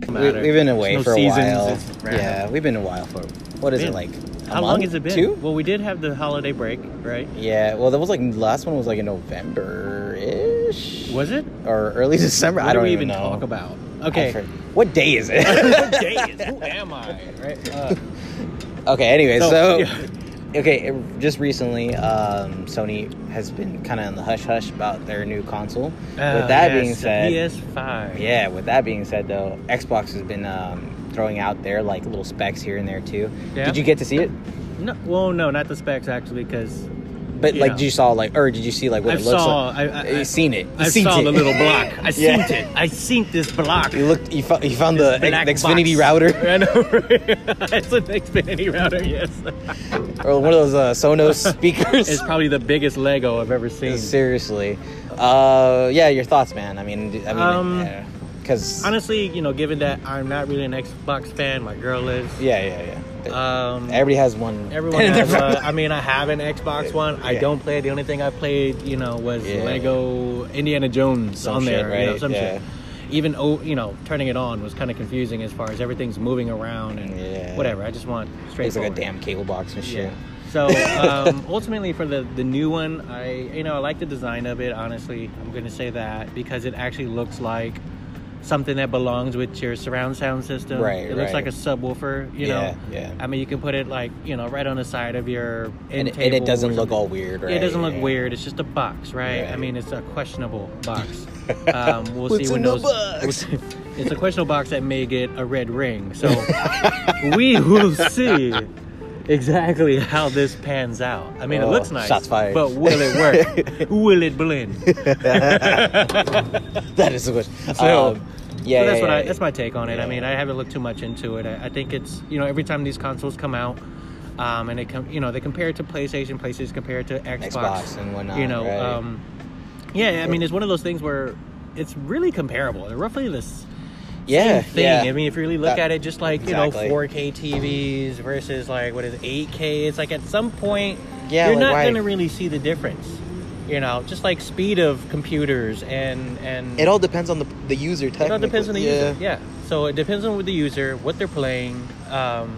doesn't we, matter. we've been away There's for no a seasons, while. it's random. Yeah, we've been a while for what is it Been. like? a How long month? has it been? Two? Well, we did have the holiday break, right? Yeah, well, that was like last one was like in November ish. Was it? or early December? What I don't do we even, even know. talk about? I for- Okay. what day is it? what day is? Who am I? Right. Uh, okay. Anyway, so, So, yeah. okay, it- just recently, um, Sony has been kind of in the hush hush about their new console. With oh, that being yes, the said, PS5. Yeah, with that being said, though, Xbox has been um, throwing out their like little specs here and there too. Yeah. Did you get to see it? No, well, no, not the specs actually, because But Yeah. like, did you saw like, or did you see like what I it looks saw. like? I, I, you I- seen it. You I seen saw it. the little block. I seen Yeah. it. I seen this block. You looked. You, fo- you found This the, the black Xfinity box. router I know. right? it's an Xfinity router. Yes. or one of those uh, Sonos speakers. It's probably the biggest Lego I've ever seen. Seriously, uh, yeah. Your thoughts, man. I mean, d- I Um, mean, because Honestly, you know, given that I'm not really an Xbox fan, my girl is. yeah, yeah, yeah. Um, Everybody has one. everyone in their has. front- Uh, I mean, I have an Xbox One. I Yeah. don't play it. The only thing I played, you know, was Yeah. Lego Indiana Jones Some on there. shit, You know, right? some Yeah. shit. Even oh, you know, turning it on was kind of confusing as far as everything's moving around and Yeah. whatever. I just want straight. it's like a damn cable box and shit. Yeah. So um, ultimately, for the the new one, I you know I like the design of it. Honestly, I'm gonna say that because it actually looks like something that belongs with your surround sound system. Right, It looks right. like a subwoofer. You Yeah, know. yeah. I mean, you can put it like you know right on the side of your end And, it- and table it or doesn't look something. all weird, right? It doesn't look Yeah. weird. It's just a box, right? I Right. mean, it's a questionable box. Um, we'll What's see when in the those. box? we'll see- it's a questionable box that may get a red ring. So we will see exactly how this pans out. I mean, Oh, it looks nice. shots fired. But will it work? will it blend? So That is a good. So- um, yeah, that's yeah, what yeah, I, yeah. that's my take on it. Yeah. I mean, I haven't looked too much into it. I, I think it's you know every time these consoles come out. Um, and they come, you know, they compare it to PlayStation. PlayStation compare it to Xbox and whatnot. you know right? um yeah i mean it's one of those things where it's really comparable they're roughly this yeah, thing yeah. i mean if you really look That- at it just like exactly. you know 4k tvs versus like what is it, 8k it's like at some point Yeah, you're like, not why- gonna really see the difference you know just like speed of computers and and it all depends on the the user. it all depends on the technically, user yeah so it depends on the user what they're playing um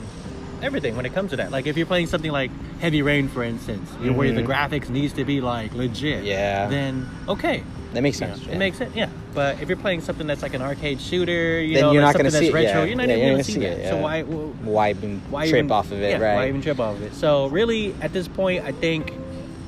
everything when it comes to that like if you're playing something like heavy rain for instance you know, where the Mhm. graphics needs to be like legit Yeah. then okay That makes you know, sense. It yeah. makes it, yeah. But if you're playing something that's like an arcade shooter, you Then know, you're like not gonna something that's see it, retro, yeah. you're not Yeah, even gonna, you're gonna see, see that. it, So yeah. why, why, why even why trip even- off of it, yeah, right? Why even trip off of it? So really, at this point, I think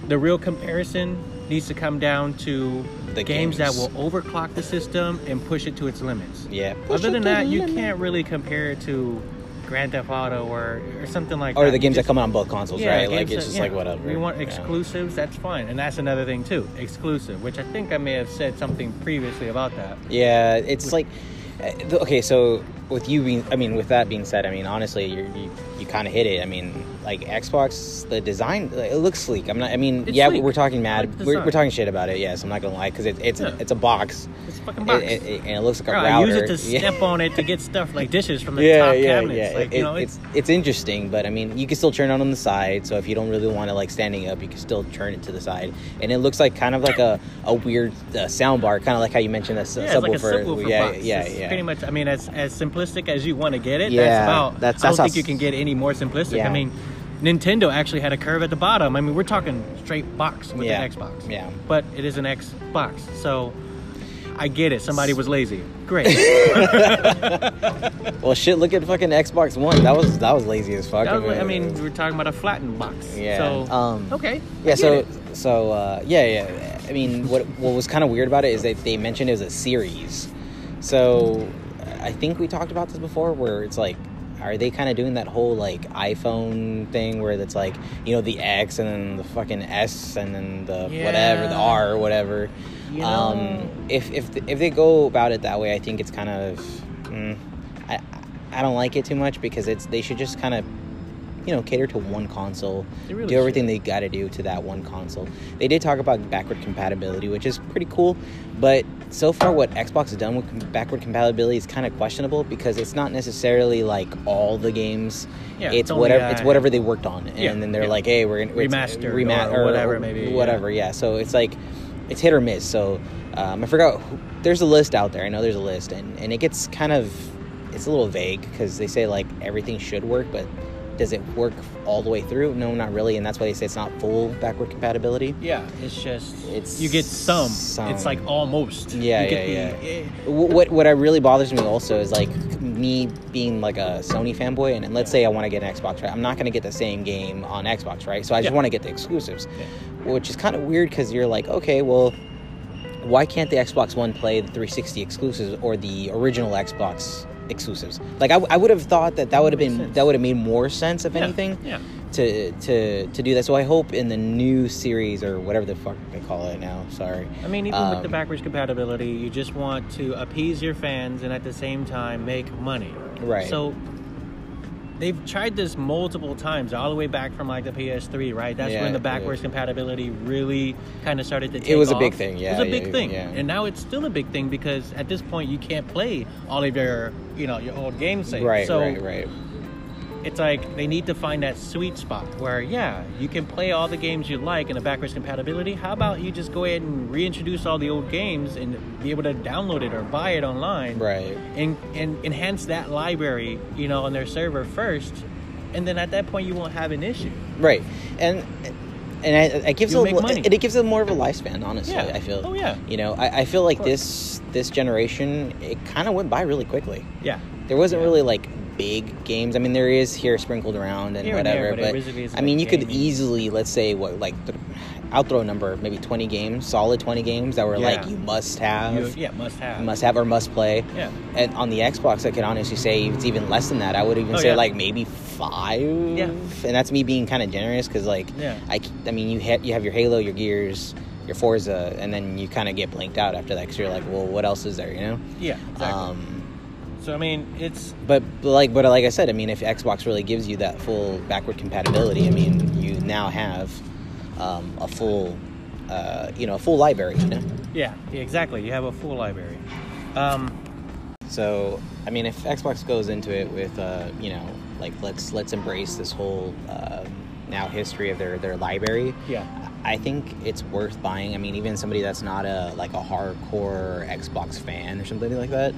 the real comparison needs to come down to The games, that games. will overclock the system and push it to its limits. yeah. Other than that, you can't really compare it to Grand Theft Auto or, or something like that. Or You the games that just- come out on both consoles, right? Like games it's that- just yeah. like whatever. We want yeah. exclusives, that's fine. And that's another thing too, exclusive, which I think I may have said something previously about that. Yeah, it's like uh, th- okay. So with you being, I mean, with that being said, I mean, honestly, you're, you you kind of hit it. I mean, like Xbox, the design like, it looks sleek. I'm not. I mean, It's yeah, sleek. we're talking I like mad. the we're, design. we're talking shit about it. Yes, I'm not gonna lie because it, it's Yeah. it's a box. It's a fucking box. It, it, it, and it looks like Girl, a I router. use it to Yeah. step on it to get stuff like dishes from the yeah, top yeah, cabinets. yeah. Like, It- you know, it's it's interesting, but I mean, you can still turn it on the side. So if you don't really want to like standing up, you can still turn it to the side, and it looks like kind of like a a weird uh, sound bar, kind of like how you mentioned that yeah, subwoofer. it's like a subwoofer yeah, box. yeah, It's yeah. Pretty much. I mean, as as simplistic as you want to get it, that's Yeah, about. that's- I don't that's how think you s- can get any more simplistic. Yeah. I mean, Nintendo actually had a curve at the bottom. I mean, we're talking straight box with Yeah, an Xbox. yeah. But it is an Xbox, so I get it. Somebody was lazy. Great. Well, shit. Look at fucking Xbox One. That was that was lazy as fuck. That was- of it. I mean, we're talking about a flattened box. Yeah, So um, okay. I yeah. get So it. so uh, yeah yeah. I mean, what what was kind of weird about it is that they mentioned it was a series. So I think we talked about this before, where it's like. Are they kind of doing that whole like iPhone thing where it's like you know the X and then the fucking S and then the whatever the Yeah. R or whatever? You know- Um, if if if they go about it that way, I think it's kind of mm, I I don't like it too much because it's they should just kind of you know cater to one console They really do everything they got to do to that one console they did talk about backward compatibility which is pretty cool but so far what xbox has done with com- backward compatibility is kind of questionable because it's not necessarily like all the games Yeah, it's it's only, whatever uh, it's whatever they worked on and yeah, then they're yeah. like hey we're gonna it's- Remastered remas- or whatever, maybe, yeah. whatever yeah so it's like it's hit or miss so um, i forgot who, there's a list out there i know there's a list and, and it gets kind of it's a little vague because they say like everything should work, but does it work all the way through? No, not really, and that's why they say it's not full backward compatibility. Yeah, it's just It's you get some. some. It's like almost. Yeah, you get yeah, the, eh. Wh- What what I really bothers me also is like me being like a Sony fanboy, and, and let's say I want to get an Xbox, right? I'm not going to get the same game on Xbox, right? So I just Yeah. want to get the exclusives, Yeah. which is kind of weird because you're like, okay, well, why can't the Xbox One play the 360 exclusives or the original Xbox exclusives? Like I, would have thought that that would have Makes been sense. that would have made more sense if Yeah, anything Yeah. to to to do that. So I hope in the new series or whatever the fuck they call it now. Sorry. I mean, even with the Um, backwards compatibility, you just want to appease your fans and at the same time make money. Right. So they've tried this multiple times, all the way back from like the PS3, right? That's Yeah, when the yeah. backwards compatibility really kind of started to take was a big off. thing, It yeah, was a big yeah, thing. yeah. And now it's still a big thing because at this point you can't play all of your, you know, your old game saves. Right, so right, right. it's like they need to find that sweet spot where yeah you can play all the games you like in a backwards compatibility how about you just go ahead and reintroduce all the old games and be able to download it or buy it online Right. and, and enhance that library you know on their server first and then at that point you won't have an issue Right. And and I, it gives You'll a make li- money. and it gives them more of a lifespan. Honestly, Yeah. I feel. Oh, yeah. You know, I, I feel like course. this this generation it kind of went by really quickly. yeah There wasn't Yeah. really like big games. I mean, there is here sprinkled around and Here and there, whatever. but it but really isn't I mean, you like could gaming. easily let's say what like. Th- I'll throw a number, maybe twenty games, solid twenty games that were like Yeah. you must You- have, yeah must have must have or must play. yeah And on the Xbox, I could honestly say it's even less than that. I would even Oh, say yeah. like maybe five. Yeah. And that's me being kind of generous because like Yeah. I, c- I mean you ha- you have your Halo, your Gears, your Forza, and then you kind of get blanked out after that because you're like, well, what else is there, you know? yeah exactly. Um, so i mean it's but but like but like I said, I mean if Xbox really gives you that full backward compatibility, I mean you now have um, a full uh, you know a full library, you know. yeah exactly you have a full library um So, I mean, if Xbox goes into it with, uh, you know, like let's let's embrace this whole uh, now history of their their library. yeah I think it's worth buying. I mean, even somebody that's not a like a hardcore Xbox fan or something like that,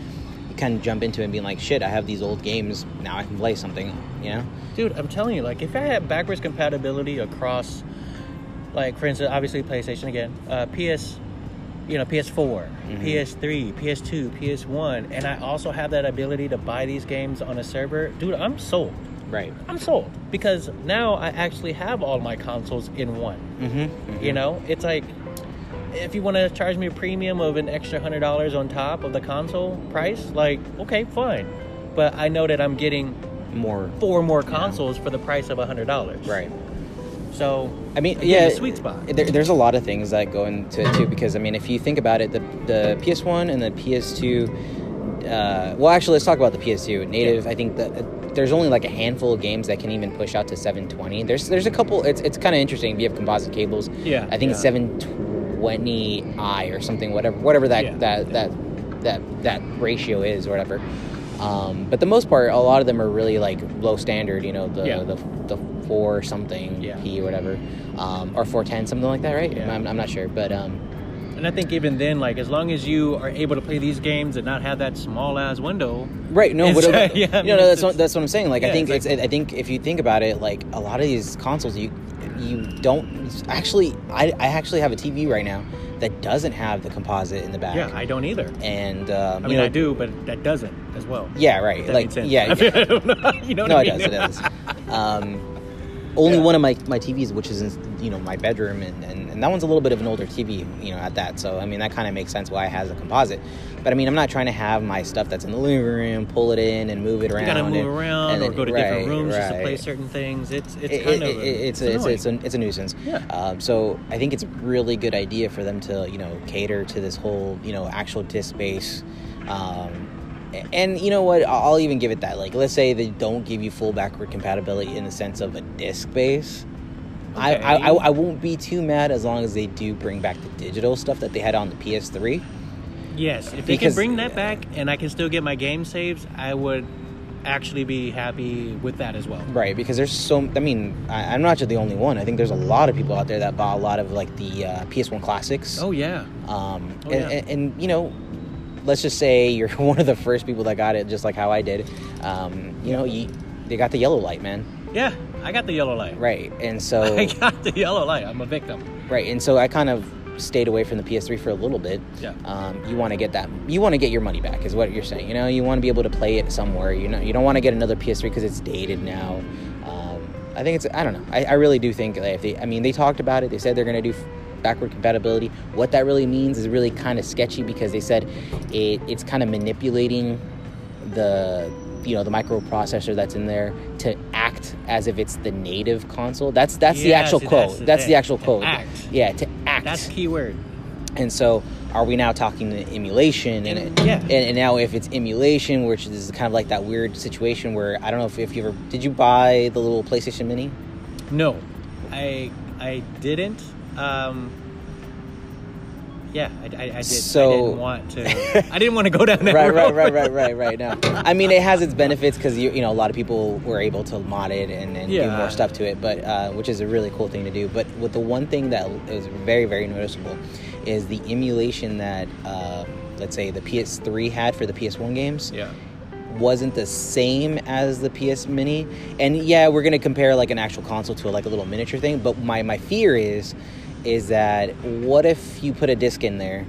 you kind of jump into it and being like, shit, I have these old games now. I can play something, you know? Dude, I'm telling you, like, if I had backwards compatibility across, like, for instance, obviously PlayStation again, uh, PS, you know, PS4, Mhm. PS3, PS2, PS1, and I also have that ability to buy these games on a server, dude, I'm sold. Right. I'm sold because now I actually have all my consoles in one. Mm-hmm. You know, it's like if you want to charge me a premium of an extra hundred dollars on top of the console price, like, okay, fine, but I know that I'm getting More. four more consoles for the price of hundred dollars. Right. So I mean, again, yeah, the sweet spot. There, there's a lot of things that go into it too, because I mean, if you think about it, the the PS1 and the PS2. Uh, well, actually, let's talk about the PS2 native. I think that uh, there's only like a handful of games that can even push out to 720. There's there's a couple. It's it's kind of interesting. if You have composite cables. Yeah, I think it's yeah. 720i or something. Whatever whatever that Yeah, that, yeah. that that that ratio is or whatever. Um, but the most part, a lot of them are really like low standard. You know, the Yeah. the, the four something Yeah. P whatever, um, or 410, something like that, right? Yeah. I'm, I'm not sure, but um, And I think even then, like as long as you are able to play these games and not have that small ass window, right? No, It's- what, yeah, I no, mean, no, that's it's- what, that's what I'm saying. Like, I Yeah, think it's it's, I think if you think about it, like a lot of these consoles, you you don't actually. I, I actually have a TV right now that doesn't have the composite in the back, yeah, I don't either. and I um, you mean, know, I do, but that doesn't as well. Yeah, right. If that like, makes sense. yeah, I mean, I don't know. you know no, what it I does. mean? It does. Um, only Yeah. one of my, my TVs, which is in you know my bedroom, and, and, and that one's a little bit of an older TV, you know, at that. So I mean, that kind of makes sense why it has a composite. But I mean, I'm not trying to have my stuff that's in the living room, pull it in and move it around. You gotta move and- around and or then- go to right, different rooms just to right. play certain things. It's it's It- kind it- of it- it's a, it's a, annoying. it's, a, it's a nuisance. Yeah. Um, so I think it's a really good idea for them to you know cater to this whole you know actual disc space. Um, a- and you know what? I- I'll even give it that. Like, let's say they don't give you full backward compatibility in the sense of a disc base. I, I, I, Okay. I won't be too mad as long as they do bring back the digital stuff that they had on the PS3. yes. If they can because- bring that back and I can still get my game saves, I would actually be happy with that as well. Right, because there's so. I mean, I, I'm not just the only one. I think there's a lot of people out there that bought a lot of like the uh, PS1 classics. Oh yeah, Um, Oh, and, yeah. and, and, you know, let's just say you're one of the first people that got it, just like how I did. Um, you know, you, they got the yellow light, man. Yeah, I got the yellow light. Right, and so I got the yellow light. I'm a victim. right, and so I kind of stayed away from the PS3 for a little bit. Yeah. Um, you want to get that. You want to get your money back, is what you're saying. You know, you want to be able to play it somewhere. You know, you don't want to get another PS3 because it's dated now. Um, I think it's. I don't know. I, I really do think that if they. I mean, they talked about it. They said they're going to do f- backward compatibility. What that really means is really kind of sketchy because they said it, it's kind of manipulating the you know the microprocessor that's in there to act as if it's the native console. That's that's the Yeah, actual see, quote. that's That's the the, thing. actual To quote. act. Yeah, to act. That's keyword. And so, are we now talking the emulation? And it, Yeah. And, and now, if it's emulation, which is kind of like that weird situation where I don't know if, if you ever did you buy the little PlayStation Mini? No, I I didn't. Um, yeah, I, I, I did. I So- didn't want to. I didn't want to go down that right, road. right, right, right, right, right. Now, I mean, it has its benefits because you, you know a lot of people were able to mod it and, and do Yeah. more stuff to it, but uh, which is a really cool thing to do. But with the one thing that is very, very noticeable is the emulation that uh, let's say the PS3 had for the PS1 games. Yeah. wasn't the same as the PS Mini. And yeah, we're gonna compare like an actual console to like a little miniature thing. But my my fear is, is that what if you put a disc in there?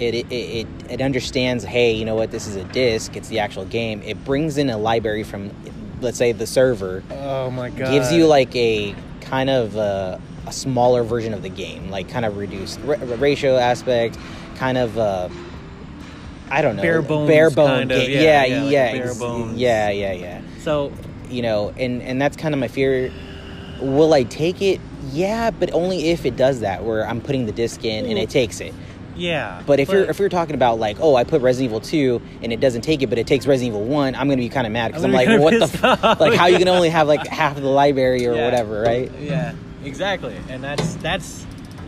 It it, it it understands. Hey, you know what? This is a disc. It's the actual game. It brings in a library from, let's say, the server Oh my god. gives you like a kind of a, a smaller version of the game, like kind of reduced ra- ra- ratio aspect, kind of uh, I don't know, Bare bones bare bone kind of, game. yeah, yeah, yeah, yeah, like bare ex- bones. yeah, yeah, yeah. so. You know, and and that's kind of my fear. Will I take it? Yeah, but only if it does that, where I'm putting the disc in and it takes it. Yeah. But if you're if you're talking about like, oh, I put Resident Evil two and it doesn't take it, but it takes Resident Evil one, I'm gonna be kind of mad because I'm I'm, gonna like, be well, what kinda the pissed f- off. like, how you can only have like half of the library or Yeah. whatever, right? Yeah, exactly. And that's that's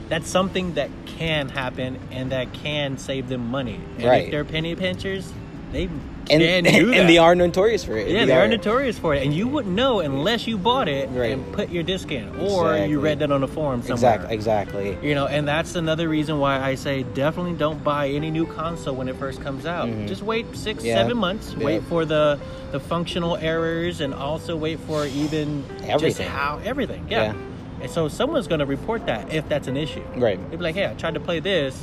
that's something that can happen and that can save them money. And if Right. they're penny pinchers, they and, can do that. and they are notorious for it. Yeah, they are notorious for it, and you wouldn't know unless you bought it Right. and put your disc in, or Exactly. you read that on a forum somewhere. Exactly, exactly. You know, and that's another reason why I say definitely don't buy any new console when it first comes out. Just wait six, Mm-hmm. Yeah. seven months. Wait Yeah. for the the functional errors, and also wait for even just Everything. how everything. Yeah. Yeah. And so someone's going to report that if that's an issue. Right. They'd be like, "Hey, I tried to play this.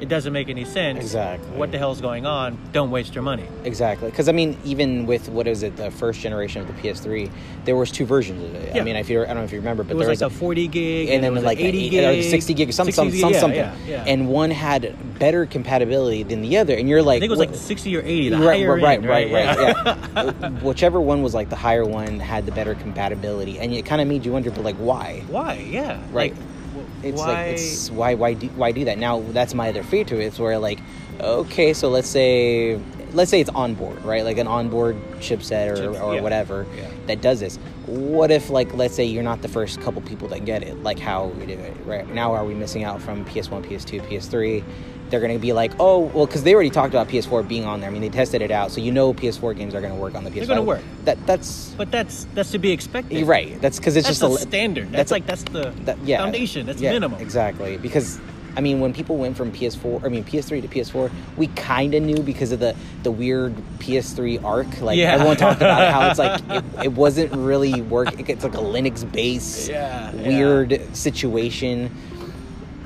It doesn't make any sense. Exactly. What the hell's going on? Don't waste your money." Exactly, because I mean, even with what is it, the first generation of the PS3, there was two versions of it. Yeah. I mean, if you, I don't know if you remember, but it was there like a was 40 gig and then it was like an 80 a- gig, a 60 gig, some, 60 some, gig, some, yeah, something, yeah, yeah. and one had better compatibility than the other, and you're like, I think it was what- like 60 or 80 the right, higher right, right, end, right, Yeah. right, yeah. Whichever one was like the higher one had the better compatibility, and it kind of made you wonder, but like, why? why yeah like, Right. wh- it's why like it's why why do why do that now that's my other fear to it it's where like okay so let's say let's say it's onboard right like an onboard chipset or, Chips- or yeah. whatever Yeah. that does this what if like let's say you're not the first couple people that get it like how we do it right now are we missing out from ps1 ps2 ps3 they're gonna be like oh well because they already talked about ps4 being on there i mean they tested it out so you know ps4 games are gonna work on the ps5 They're gonna work. that that's but that's that's to be expected you're right that's because it's that's just the a standard that's, that's a- like that's the that, yeah, foundation that's yeah, minimum Exactly, because I mean, when people went from PS4, I mean PS3 to PS4, we kind of knew because of the the weird PS3 arc. Like Yeah. everyone talked about how it's like it, it wasn't really working. It's like a Linux based Yeah, yeah. weird situation.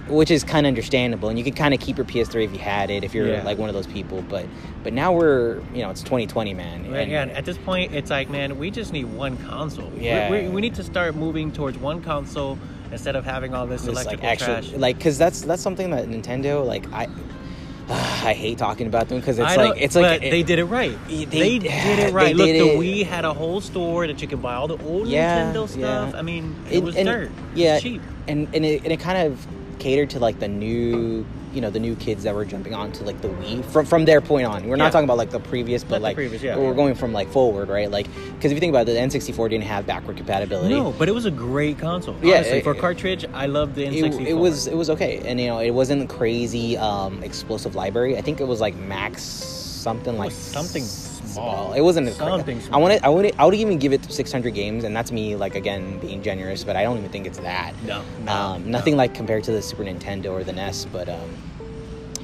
Which is kind of understandable, and you could kind of keep your PS3 if you had it, if you're Yeah. like one of those people. But but now we're, you know, it's 2020, man. Right, yeah, and at this point, it's like, man, we just need one console. We- Yeah. we, we need to start moving towards one console instead of having all this Just, like electrical actually trash. like because that's that's something that Nintendo like I I hate talking about them because it's I like don't- it's like but it- they did it right. They- did it they right. Look, did the it- Wii had a whole store that you could buy all the old Yeah, Nintendo yeah. stuff. I mean, it, was dirt. yeah, cheap. and and it, and it kind of catered to like the new you know the new kids that were jumping onto like the Wii from from their point on. We're Yeah. not talking about like the previous, Not but the like previous, yeah. we're going from like forward, right? Like because if you think about it, the N64 didn't have backward compatibility. No, but it was a great console. Yeah, honestly, it- for cartridge, I loved the It, N64. it was it was okay, and you know it wasn't crazy um, explosive library. I think it was like max something like was something s- small. It wasn't a cra- Something I small. want to I would I would even give it 600 games, and that's me like again being generous, but I don't even think it's that. No, no, um, no. nothing like compared to the Super Nintendo or the NES, but E um,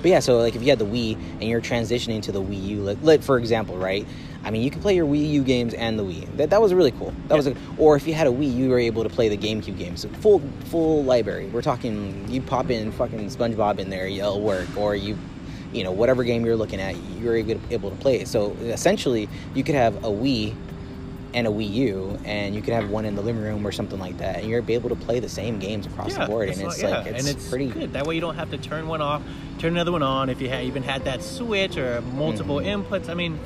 But yeah, so like if you had the Wii and you're transitioning to the Wii U, like, like for example, right? I mean, you could play your Wii U games and the Wii. That, that was really cool. That was, a, or if you had a Wii, you were able to play the GameCube games. Full full library. We're talking you pop in fucking SpongeBob in there, it'll work, or you you know whatever game you're looking at you're able to, able to play it so essentially you could have a wii and a wii u and you could have one in the living room or something like that and you're able to play the same games across the board and not- it's yeah, like it's, pretty good. That way you don't have to turn one off, turn another one on. If you ha- even had that switch or multiple Mm-hmm. inputs, I mean,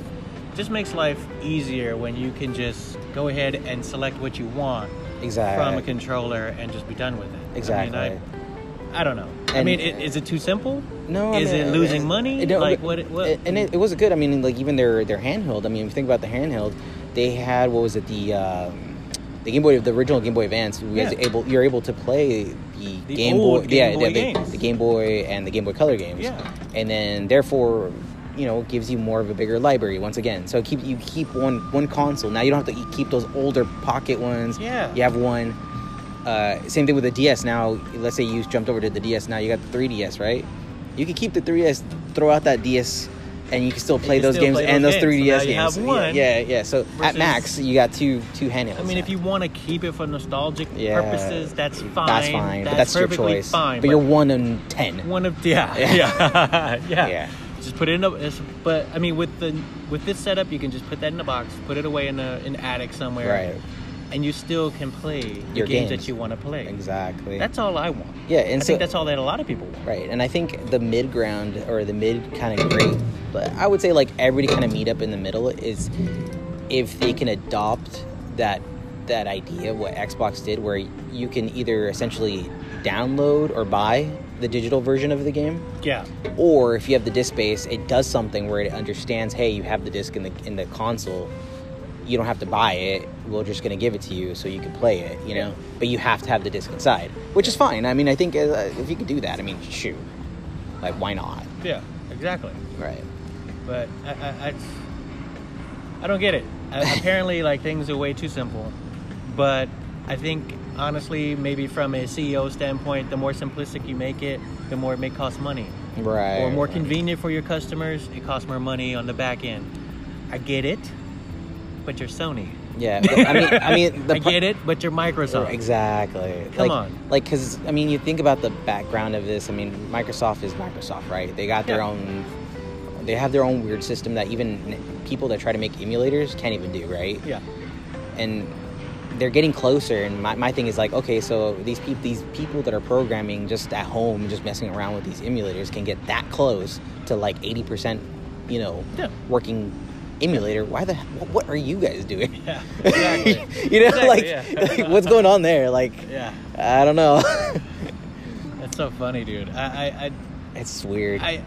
just makes life easier when you can just go ahead and select what you want exactly from a controller and just be done with it. Uh, exactly I, mean, I, I don't know. I And- mean, i- is it too simple? No, I Is mean, it losing it- money? don't- like what? what it- and it, it was good. I mean, like even their their handheld. I mean, if you think about the handheld, they had what was it the um, the Game Boy, the original Game Boy Advance. You guys Yeah. able, you're able to play the, The Game old Boy, Game yeah, Boy yeah, the- games. the Game Boy and the Game Boy Color games. Yeah. and then therefore. You know, it gives you more of a bigger library once again. So keep you keep one one console. Now you don't have to e-, keep those older pocket ones. Yeah. you have one. Uh, same thing with the DS. Now, let's say you jumped over to the DS. Now you got the 3DS, right? You can keep the 3DS, throw out that DS, and you can still play can those still games play and those games. those So 3DS now games. you have Yeah, one yeah, yeah, So at versus- max, you got two two handhelds. I mean, now. if you want to keep it for nostalgic Yeah. purposes, that's fine. that's fine, but that's your perfectly choice. Fine, but, you're one in ten. One of yeah, Yeah. yeah, yeah. Yeah. Just put it in a. It's, but I mean, with the with this setup, you can just put that in a box, put it away in a, an attic somewhere, Right. And you still can play the Your games, games. that you want to play. Exactly. That's all I want. yeah, and I so think that's all that a lot of people want. Right, and I think the mid ground or the mid kind of great, but I would say like everybody kind of meet up in the middle is if they can adopt that that idea of what Xbox did, where you can either essentially download or buy the digital version of the game, Yeah. or if you have the disc space, it does something where it understands, hey, you have the disc in the in the console, you don't have to buy it. We're just gonna give it to you so you can play it, you know. But you have to have the disc inside, which is fine. I mean, I think uh, if you could do that, I mean, shoot, like why not? Yeah. Exactly. Right. But I I, I, I don't get it. I, apparently, like things are way too simple. But I think honestly, maybe from a CEO standpoint, the more simplistic you make it, the more it may cost money. Right. or more convenient for your customers, it costs more money on the back end. I get it, but you're Sony. Yeah. but I mean, I mean, the I pro- get it, but you're Microsoft. Exactly. Come like, on. Like, because, I mean, you think about the background of this. I mean, Microsoft is Microsoft, right? They got their Yeah. own, they have their own weird system that even n- people that try to make emulators can't even do, right? Yeah. And they're getting closer. And my, my thing is like, okay, so these, peop these people that are programming just at home, just messing around with these emulators can get that close to like 80%, you know, Yeah. working emulator. Why the, what are you guys doing? Yeah. you Exactly. know, Exactly, like, yeah. like, what's going on there? Like, yeah. I don't know. That's so funny, dude. I it's weird. I I, I,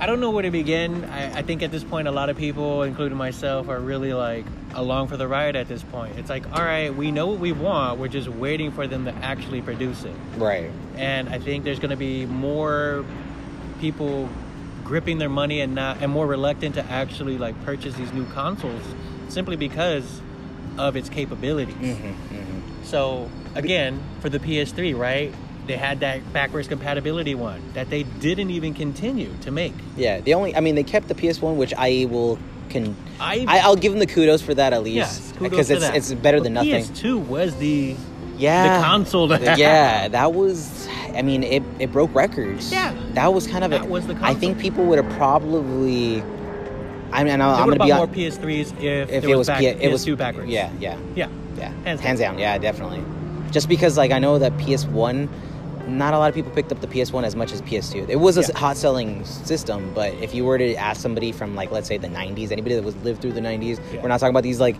I don't know where to begin. I, I think at this point, a lot of people, including myself, are really like along for the ride at this point. It's like, all right, we know what we want. We're just waiting for them to actually produce it. right. and I think there's going to be more people gripping their money and not and more reluctant to actually like purchase these new consoles simply because of its capabilities. Mm-hmm, So again, for the PS3, right? They had that backwards compatibility one that they didn't even continue to make. Yeah. The only, I mean, they kept the PS1, which I will can. I, I, I'll give them the kudos for that at yes, least, kudos because to it's that. it's better But than nothing. PS2 was the yeah, the console to have. yeah, that was. I mean, it, it broke records. Yeah. that was kind of. That a, was the I console. think people would have probably. I mean, and I, They I'm would gonna have be bought on, more PS3s if, if there it was back, P- it was PS2 backwards. Yeah, yeah, yeah, yeah. hands down. Hands down, yeah, definitely. Just because, like, I know that PS1, not a lot of people picked up the PS1 as much as PS2. It was a s- Yeah. hot selling system, but if you were to ask somebody from, like, let's say the 90s, anybody that was lived through the 90s, Yeah. we're not talking about these, like,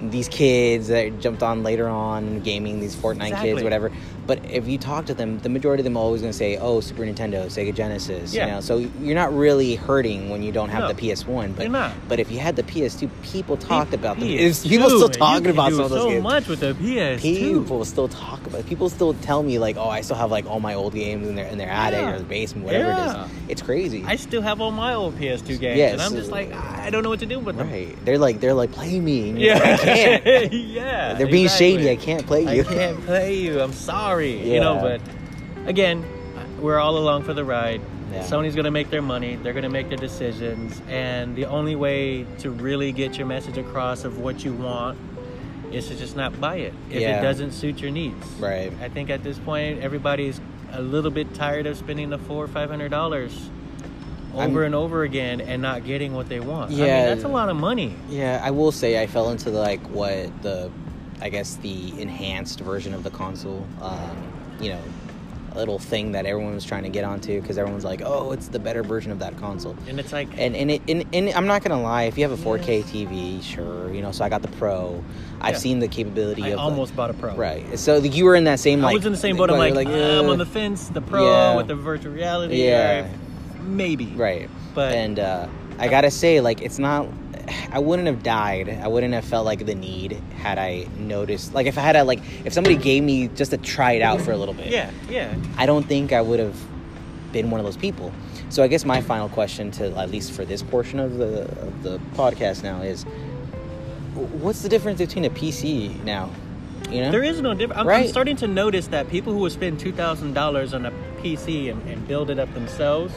these kids that jumped on later on gaming, these Fortnite kids, Exactly. whatever. But if you talk to them, the majority of them are always going to say, oh, Super Nintendo, Sega Genesis, Yeah. you know. So you're not really hurting when you don't have No. the PS1. But, You're not. but if you had the PS2, people talked about them. PS2, It's- People still man, talking you can about do some of those so games much with the PS2. people still talk about people still tell me like oh i still have like all my old games in their in their attic Yeah. or the basement whatever Yeah. it is it's crazy I still have all my old PS2 games, Yes. and I'm just like, I don't know what to do with them. right they're like they're like play me And you're Yeah, like, i can't yeah. they're being exactly. shady i can't play you I can't play you. I'm sorry. You know, Yeah. but again, we're all along for the ride. Yeah. Sony's going to make their money, they're going to make their decisions, and the only way to really get your message across of what you want is to just not buy it if Yeah. it doesn't suit your needs. Right. I think at this point everybody's a little bit tired of spending the four or five hundred dollars I'm- over and over again and not getting what they want. I Yeah. mean, that's a lot of money. Yeah, I will say I fell into like what the, I guess the enhanced version of the console, um, you know, little thing that everyone was trying to get onto because everyone's like, oh, it's the better version of that console. And it's like And and, it, and and I'm not gonna lie, if you have a 4K TV, sure, you know. So I got the Pro. I've Yeah. seen the capability I of like- almost bought a pro. right. So like, you were in that same like I was in the same boat. I'm like, "Uh, I'm uh, on the fence, the pro yeah. with the virtual reality. Yeah. or maybe. right. But and uh, I gotta say, like, it's not. I wouldn't have died. I wouldn't have felt like the need had I noticed. Like, if I had a like, if somebody gave me just to try it out for a little bit, yeah, yeah. I don't think I would have been one of those people. So I guess my final question to at least for this portion of the of the podcast now is, wh- what's the difference between a PC now? You know, There is no difference. I'm, I'm Right. starting to notice that people who will spend two thousand dollars on a PC and, and build it up themselves,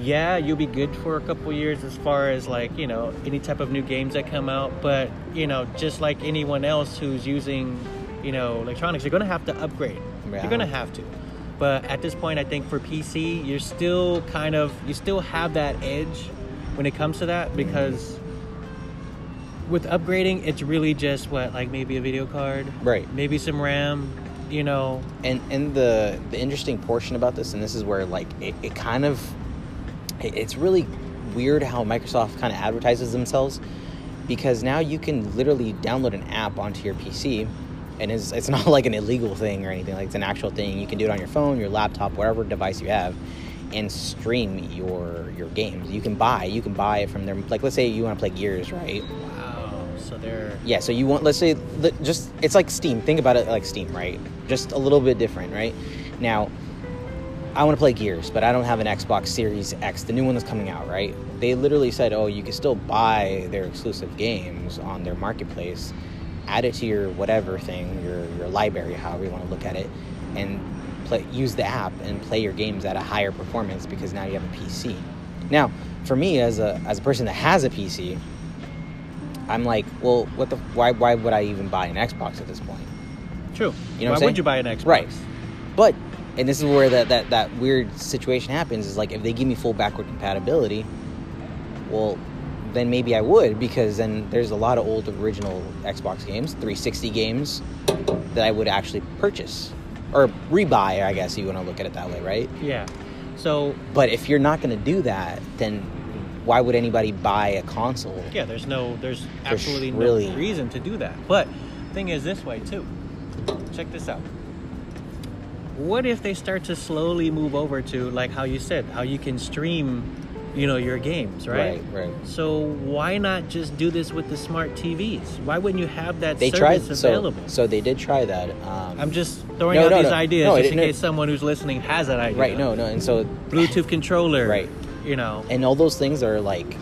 yeah, you'll be good for a couple years as far as like you know any type of new games that come out. But you know, just like anyone else who's using, you know, electronics, you're gonna have to upgrade. Yeah. You're gonna have to. But at this point, I think for PC, you're still kind of you still have that edge when it comes to that because. With upgrading, it's really just what, like maybe a video card, right. maybe some RAM, you know. and and the the interesting portion about this and this is where like it, it kind of it- it's really weird how microsoft kind of advertises themselves because now you can literally download an app onto your pc and it's, it's not like an illegal thing or anything like it's an actual thing you can do it on your phone your laptop whatever device you have and stream your your games you can buy you can buy it from their like let's say you want to play gears right Wow. So they're yeah, so you want, let's say, the- just, it's like Steam. Think about it like Steam, right? Just a little bit different, right? Now, I want to play Gears, but I don't have an Xbox Series X, the new one that's coming out, right? They literally said, oh, you can still buy their exclusive games on their marketplace, add it to your whatever thing, your, your library, however you want to look at it, and play, use the app and play your games at a higher performance because now you have a PC. Now, for me, as a, as a person that has a PC, I'm like, well, what the? Why? Why would I even buy an Xbox at this point? true. You Why know what I'm would saying? you buy an Xbox? Right. But, and this is where that that that weird situation happens. Is like if they give me full backward compatibility, well, then maybe I would because then there's a lot of old original Xbox games, 360 games, that I would actually purchase or rebuy. I guess you want to look at it that way, right? Yeah. So But if you're not going to do that, then why would anybody buy a console? yeah, there's no, there's There's absolutely really- no reason to do that. But thing is this way too. Check this out. What if they start to slowly move over to like how you said, how you can stream, you know, your games, right? Right. right. So why not just do this with the smart TVs? Why wouldn't you have that They tried service so, available? so they did try that. Um, I'm just throwing No, out no, these no. ideas No, I just in didn't- case someone who's listening has that idea. right no no and so Bluetooth controller. Right. You know. and all those things are like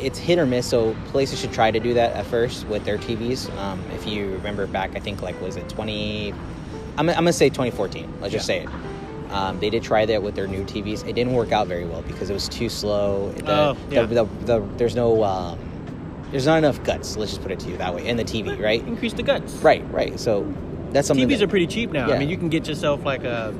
it's hit or miss so places should try to do that at first with their tvs um, if you remember back i think like was it 20 i'm, I'm gonna say 2014 let's just say it um, they did try that with their new tvs it didn't work out very well because it was too slow the, Oh, yeah. the, the, the, there's no um, there's not enough guts let's just put it to you that way and the tv right Increase the guts. right right so that's something TVs that- are pretty cheap now. I Yeah. mean, you can get yourself like a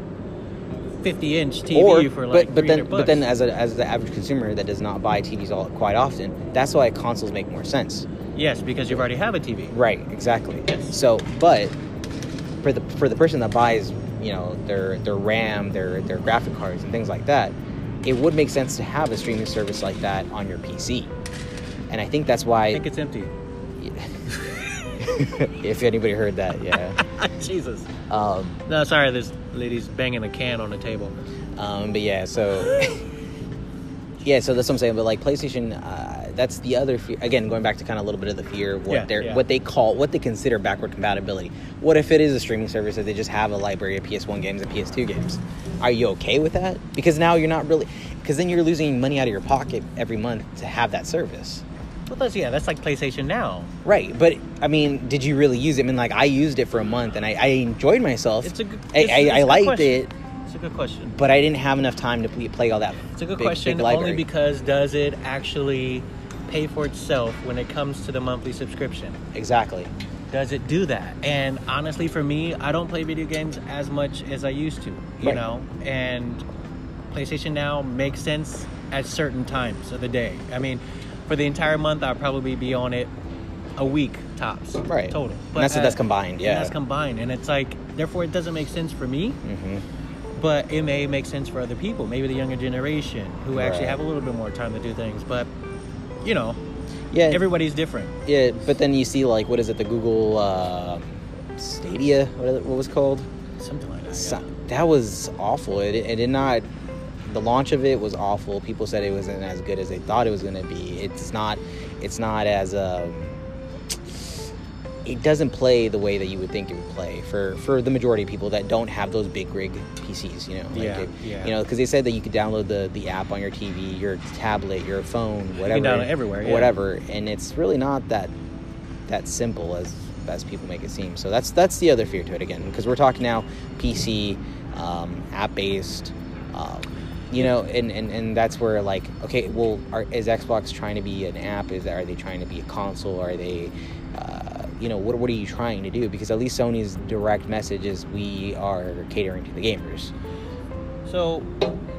50 inch TV or, for like but, but then 300 but then bucks. as, a, as the average consumer that does not buy TVs all quite often, that's why consoles make more sense. yes, because you already have a TV. Right, exactly. Yes. So, but for the for the person that buys, you know, their their RAM, their their graphic cards and things like that, it would make sense to have a streaming service like that on your PC. And I think that's I why think it's empty. if anybody heard that, yeah. Ah, Jesus. um, No, sorry, this lady's banging a can on the table. Um, but yeah, so yeah, so that's what I'm saying. But like PlayStation, uh, that's the other fear. Again, going back to kind of a little bit of the fear of what Yeah, they're yeah. what they call what they consider backward compatibility. What if it is a streaming service that they just have a library of PS1 games and PS2 games? Are you okay with that? Because now you're not really because then you're losing money out of your pocket every month to have that service. Well, that's yeah, that's like PlayStation Now. Right, but I mean, did you really use it? I mean, like I used it for a month and I, I enjoyed myself. It's a good. I, it's- I, it's a I good liked question. it, It's a good question. but I didn't have enough time to ple- play all that. It's a good big- question big only library. because does it actually pay for itself when it comes to the monthly subscription? exactly. Does it do that? And honestly, for me, I don't play video games as much as I used to, you Right. know? And PlayStation Now makes sense at certain times of the day. I mean, for the entire month, I'll probably be on it a week tops. Right. Total. uh, And that's- that's combined, and yeah. that's combined. And it's like, therefore, it doesn't make sense for me hmm but it may make sense for other people maybe the younger generation who actually Right. have a little bit more time to do things but you know Yeah. everybody's different yeah. But then you see like what is it? The Google uh, Stadia. What, it- what was it called? something like that yeah. So- that was awful. It, it did not. The launch of it was awful. People said it wasn't as good as they thought it was going to be. It's not. It's not as. Um, it doesn't play the way that you would think it would play for for the majority of people that don't have those big rig PCs. You know. Yeah, it- yeah. You know, because they said that you could download the the app on your TV, your tablet, your phone, whatever. download it everywhere, yeah. Whatever, and it's really not that that simple as as people make it seem. So that's that's the other fear to it again because we're talking now PC, um, app based, um, you know, and, and and that's where like okay, well, are, is Xbox trying to be an app? Is are they trying to be a console? Are they uh, you know what, what are you trying to do because at least sony's direct message is we are catering to the gamers so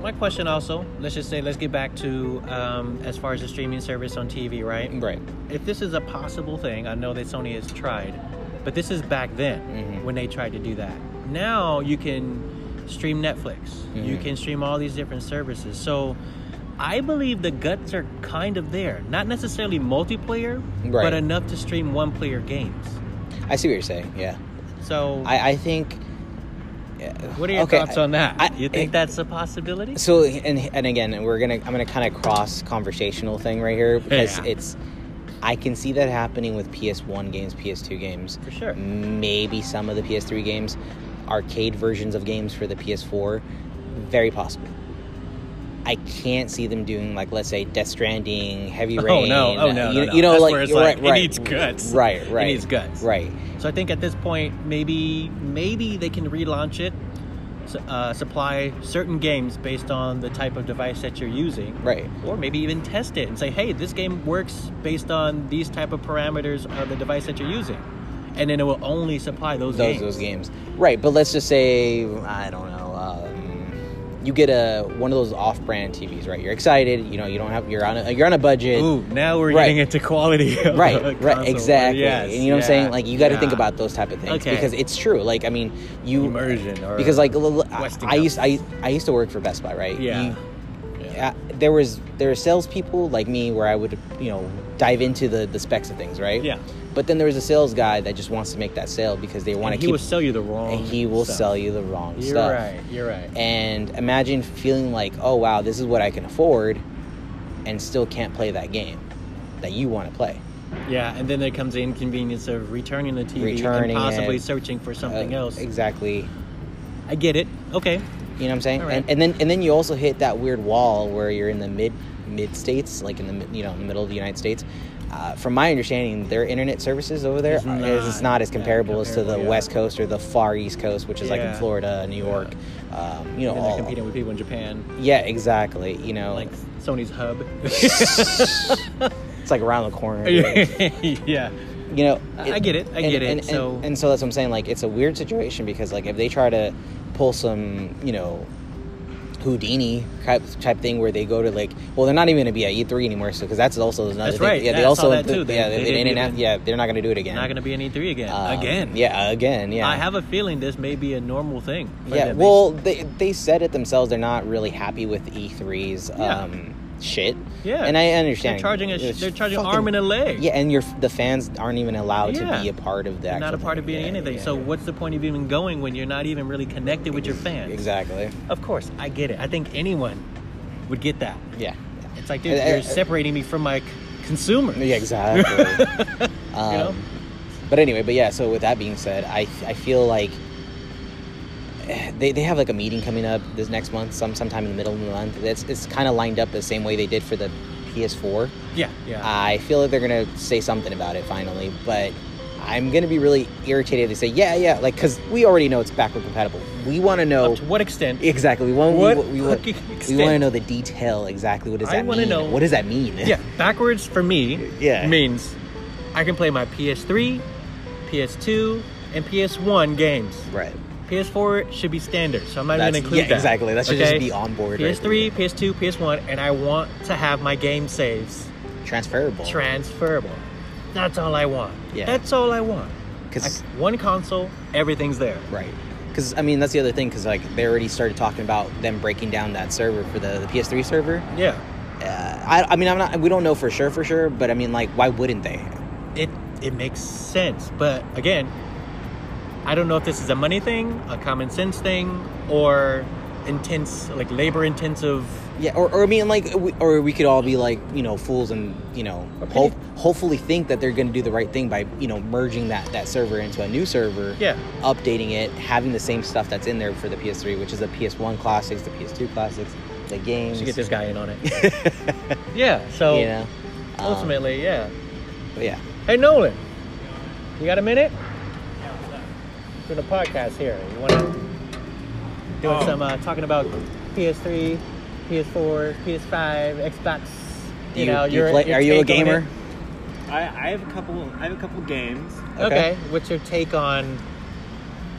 my question also let's just say let's get back to um, as far as the streaming service on tv right right if this is a possible thing i know that sony has tried but this is back then Mhm. when they tried to do that now you can stream netflix you Mhm. can stream all these different services so i believe the guts are kind of there not necessarily multiplayer Right. but enough to stream one player games i see what you're saying yeah so i, I think yeah. what are your okay, thoughts on that I- you think it- that's a possibility So and and again, and we're gonna I'm gonna kind of cross conversational thing right here because Yeah. it's I can see that happening with PS1 games, PS2 games, for sure maybe some of the PS3 games, arcade versions of games for the PS4, very possible. I can't see them doing like let's say Death Stranding, Heavy Rain. oh no oh no you, no, no. you know That's like, where it's right, like right, it needs guts right, right, it needs guts right. So I think at this point, maybe maybe they can relaunch it, su- uh, supply certain games based on the type of device that you're using, Right. or maybe even test it and say, hey, this game works based on these type of parameters of the device that you're using, and then it will only supply those, those games. those games, right? But let's just say I don't know. Um, you get a one of those off-brand TVs, right? You're excited. You know, you don't have. You're on a you're on a budget. Ooh, now we're Right. getting into quality. of a Right, console. right, exactly. Yes, and you know what I'm yeah, saying? Like, you got to think yeah. about those type of things Okay. because it's true. Like, I mean, you immersion or because like l- l- I, I Westinghouse. used I I used to work for Best Buy, right? Yeah. You- uh, there was there were salespeople like me where I would you know dive into the the specs of things, right? Yeah. But then there was a sales guy that just wants to make that sale because they want and to he keep will sell you the wrong. and he will stuff. sell you the wrong You're stuff. right. You're right. And imagine feeling like, oh wow, this is what I can afford, and still can't play that game that you want to play. Yeah, and then there comes the inconvenience of returning the TV Returning and possibly it. searching for something Uh, else. Exactly. I get it. Okay. You know what I'm saying? All right. And, and then and then you also hit that weird wall where you're in the mid mid states, like in the mi- you know in the middle of the United States. Uh, from my understanding, their internet services over there It's is not, not is, not as that comparable, as to comparable, the yeah. West Coast or the Far East Coast, which is like in Yeah. Florida, New York. Um, you And then know, they're all, competing with people in Japan, yeah, exactly. You know, like Sony's hub. it's like around the corner. yeah. you know I- I get it, I and- get it, and, and- so- and so that's what i'm saying like it's a weird situation because like if they try to pull some you know houdini type, type thing where they go to like well they're not even going to be at e3 anymore so because that's also another That's thing right, yeah they yeah, I saw also that too. They- yeah they they, didn't didn't have- even- yeah they're not going to do it again Not going to be an E3 again. Um, again. yeah again yeah I have a feeling this may be a normal thing. for yeah them. well they, they said it themselves they're not really happy with e3's Yeah. um shit Yeah. and i they're understand charging a, It's they're charging fucking- arm and a leg. yeah and your the fans aren't even allowed Yeah. to be a part of They're that not a part of being anything. so what's the point of even going when you're not even really connected with your fans? Exactly. Of course, I get it. I think anyone would get that. Yeah. It's like, dude, Uh, you're uh, separating me from my c- consumer. Yeah, exactly. um, know? But anyway, but yeah, so with that being said, I, I feel like they, they have like a meeting coming up this next month, some sometime in the middle of the month. It's, it's kind of lined up the same way they did for the PS4. Yeah, yeah. I feel like they're going to say something about it finally, but I'm going to be really irritated if they say, yeah, yeah, like, because we already know it's backward compatible. we want to know Up to what extent? exactly. We want What we, we, want- fucking we extent? want to know the detail exactly. What does I that wanna mean? know- What does that mean? yeah, backwards for me Yeah. means I can play my PS3, PS2, and PS1 games. right. PS4 should be standard, so I'm not That's- even include yeah, that. exactly. That should just be on board right PS3, PS2, PS1, and I want to have my game saves Transferable. transferable. That's all I want. Yeah. That's all I want. 'Cause- I- one console, everything's there. Right. Because I mean that's the other thing. Because like they already started talking about them breaking down that server for the, the PS3 server. Yeah. Uh, I, I mean I'm not. We don't know for sure for sure. But I mean like why wouldn't they? It it makes sense, but again, I don't know if this is a money thing, a common sense thing, or intense like labor intensive. Yeah. Or, or I mean like we, or we could all be like you know fools and you know hope, hopefully think that they're going to do the right thing by you know merging that that server into a new server. Yeah. updating it, having the same stuff that's in there for the PS3, which is the PS1 classics, the PS2 classics, the We games. should get this guy Oh. in on it. yeah. So you know, Um, ultimately, yeah. but yeah, Hey Nolan, you got a minute? Doing a podcast here. You want to doing Oh. some uh, talking about PS3, PS4, PS5, Xbox. Do You, you- know, do you your- play- your are you a take on gamer? it. I, I have a couple. I have a couple games. Okay. Okay. What's your take on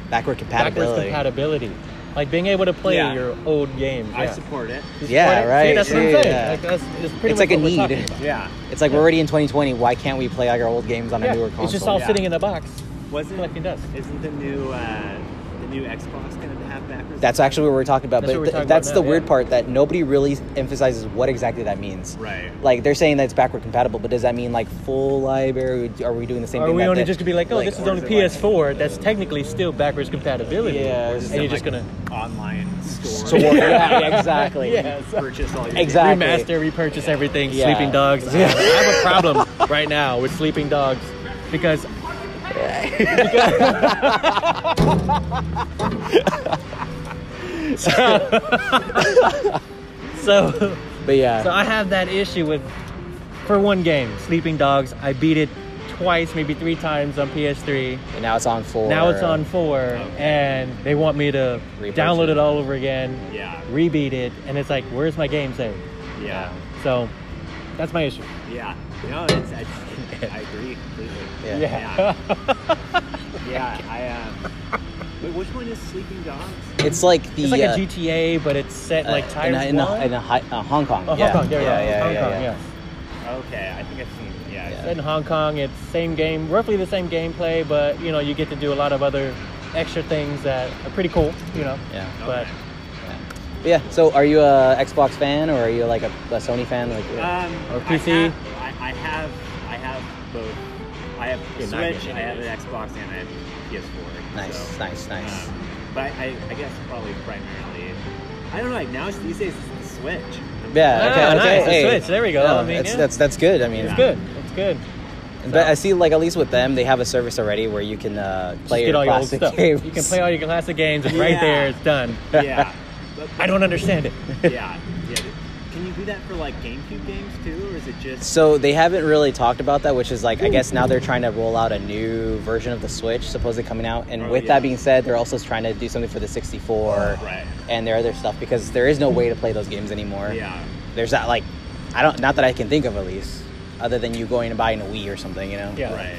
backward backwards compatibility. compatibility? Like being able to play Yeah. your old games. I yeah. support it. You Yeah, support it? right, See, that's what yeah, I'm saying. yeah. Like, that's, it's pretty much It's like a what we're need. talking about. Yeah. it's like we're already in 2020. Why can't we play like our old games on Yeah, a newer console? It's just all Yeah. sitting in a box, Wasn't collecting dust. Isn't the new uh, the new Xbox going to have backwards? that's actually what we're talking about. That's but what we're th- talking that's about the now, weird yeah. part that nobody really emphasizes what exactly that means. right. Like they're saying that it's backward compatible, but does that mean like full library? Are we doing the same Are thing? we that only the- just gonna be like, oh, this is or only is it PS4? that's technically still backwards compatibility. Yeah, and it's you're just gonna online store, So we're- yeah, exactly. yes. purchase all your Exact- Exactly. remaster, repurchase everything. Yeah. Sleeping Dogs. I have- I have a problem right now with Sleeping Dogs because. so, so, But yeah, so I have that issue with, for one game, Sleeping Dogs. I beat it twice, maybe three times on PS3. and now it's on four. Now it's on four, and they want me to Repurchase. download it all over again, Yeah. rebeat it, and it's like, where's my game save? Yeah. So that's my issue. Yeah. No, it's, it's I agree completely. Yeah. Yeah. Yeah. I. Uh, wait, which one is Sleeping Dogs? It's like the it's like uh, a GTA, but it's set like uh, times in, a, in, a, one. in a hi- uh, Hong Kong. oh, yeah. Hong Kong. There yeah, we go. yeah, Hong yeah, Kong. yeah. Yes. Okay, I think I've seen. Yeah. Yeah. Set in Hong Kong. It's same game, roughly the same gameplay, but you know you get to do a lot of other extra things that are pretty cool. You know. Yeah. But Okay. But yeah. So, are you a Xbox fan or are you like a, a Sony fan? Like, Um, Or I PC? have, I, I have, I have both. I have You're not Switch, getting I it. have an Xbox, and I have PS4. nice, so, nice, nice. um, but I, I guess probably primarily. I don't know. Like now it's- these days, it's the Switch. yeah. Ah, Okay. nice, okay. the hey. Switch, there we go. No, I mean, that's, yeah. that's that's good. I mean, it's Yeah. good. It's good. But I see, like, at least with them, they have a service already where you can uh, play Just your get all your old classic stuff. games. You can play all your classic games, and right Yeah. there, it's done. Yeah. But, I don't understand it. yeah. Yeah. Can you do that for like GameCube games too, or is it just? So they haven't really talked about that, which is like I guess now they're trying to roll out a new version of the Switch, supposedly coming out. And Oh, with yeah. that being said, they're also trying to do something for the 64 Oh, Right. and their other stuff because there is no way to play those games anymore. Yeah. There's that like, I don't, not that I can think of at least, other than you going and buying a Wii or something, you know. Yeah. Right.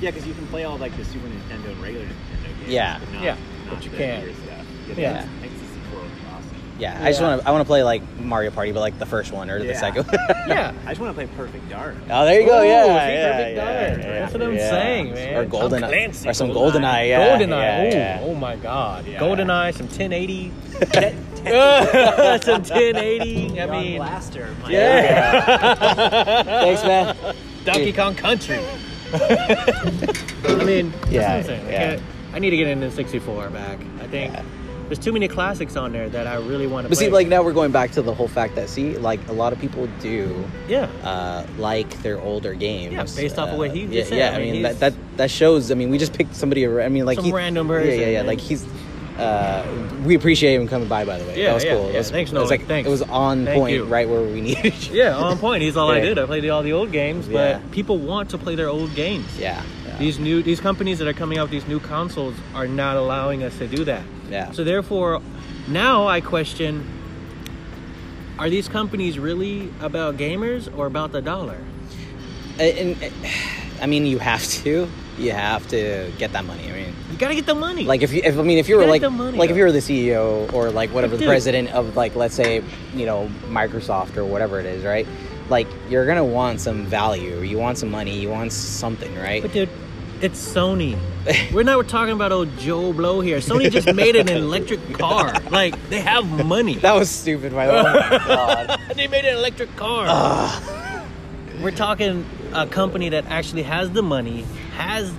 Yeah, because you can play all like the Super Nintendo and regular Nintendo games. Yeah. But not, Yeah, Not but you the can't. newer Stuff. Yeah. that's- that's the sequel would be awesome. Yeah, I just Yeah. want to, I want to play like Mario Party, but like the first one or the Yeah. second. Yeah. I just want to play Perfect Dark. oh, there you go. Ooh, yeah, see, yeah, Perfect yeah, Dark. yeah, That's what I'm yeah. saying, man. Or Tom Goldeneye, Clancy, or some Goldeneye. Goldeneye. Yeah, Goldeneye. yeah, ooh, yeah. Oh my God. Yeah. Goldeneye, some 1080. some 1080. I Young mean, Blaster. My yeah. Thanks, man. Donkey Kong Country. I mean, that's Yeah, what I'm saying. Like, yeah. I, I need to get into 64 back. I think Yeah. there's too many classics on there that I really want to But play. see, like now we're going back to the whole fact that see, like a lot of people do yeah. uh, like their older games. Yeah, based off of uh, what he just yeah, said. Yeah, I I mean, mean, he's- that, that that shows. I mean, we just picked somebody. ar- I mean, like Some he- random Yeah, person, yeah, yeah. man. Like he's. Uh, we appreciate him coming by. By the way, Yeah, that was yeah, cool. yeah. It was, Thanks, it was, Nolan. like, Thanks. It was on Thank point, you. right where we needed. you. Yeah, on point. He's all I Yeah. did. I played all the old games, Yeah. but people want to play their old games. yeah, yeah. Yeah. These new these companies that are coming out with these new consoles are not allowing us to do that. Yeah. So therefore, now I question: Are these companies really about gamers or about the dollar? Uh, and, and- I mean, you have to. You have to get that money. I mean, You gotta get the money. like if you, if I mean, if you were Get like, the money like if up. you were the CEO or like whatever But the dude- president of like, let's say, you know, Microsoft or whatever it is, right? Like you're gonna want some value. You want some money. You want something, right? but dude, it's Sony. We're not talking about old Joe Blow here. Sony just made an electric car. Like they have money. That was stupid, by the way. Oh my God. they made an electric car. We're talking a company that actually has the money, has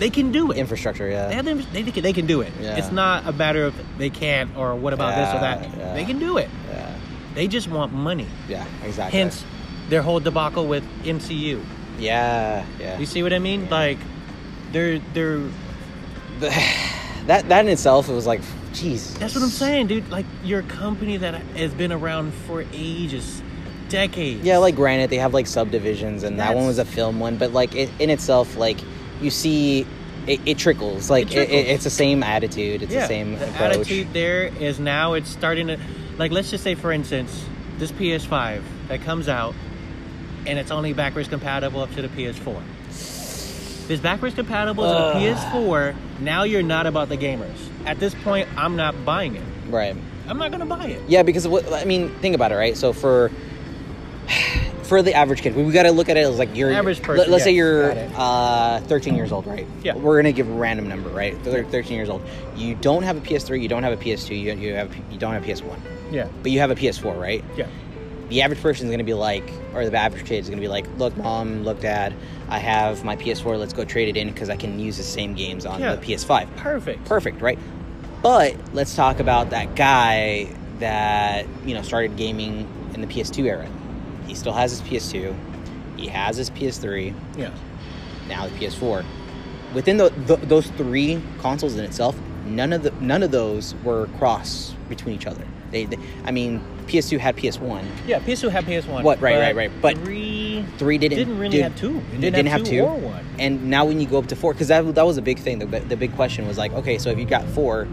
they can do it. Infrastructure, They, yeah. have the, they, can, they can do it. Yeah. It's not a matter of they can't or what about this or that. Yeah, yeah. They can do it. Yeah, They just want money. yeah, exactly. Hence their whole debacle with MCU. Yeah, yeah. You see what I mean? Like they're they're that that in itself it was like, jeez. that's what I'm saying, dude. Like you're a company that has been around for ages, decades. Yeah, like granted, they have like subdivisions, and that one That's- was a film one, but like it, in itself, like you see, it, it trickles. Like it trickles. It, it's the same attitude, it's the same approach. attitude there is now it's starting to like let's just say for instance this ps5 that comes out and it's only backwards compatible up to the ps4 this backwards compatible to the Ugh. ps4 now you're not about the gamers at this point i'm not buying it Right. i'm not gonna buy it Yeah, because what I mean, think about it, right? So for for the average kid, we, we got to look at it as like you're Average person, Let, us say yes, you're got it. uh, 13 years old, right? Yeah. We're gonna give a random number, right? Thir- 13 years old. You don't have a PS3, you don't have a PS2, you, you have you don't have a PS1, yeah but you have a PS4, right? yeah the average person's gonna be like, or the average kid's gonna be like, look, mom, look, dad, I have my PS4. Let's go trade it in because I can use the same games on Yeah. the PS5. perfect Perfect, right? But let's talk about that guy that you know started gaming in the PS2 era. He still has his PS2. He has his PS3. yeah Now the PS4. Within tho- tho- those three consoles in itself, none of the none of those were cross between each other. They, they I mean, PS2 had PS1 yeah ps2 had ps1 What, right, right, right, but- three three didn't didn't really did- have two It It didn't, didn't have, have two, two. or one And now when you go up to four, because that that was a big thing. The, the big question was like, okay, so if you got four,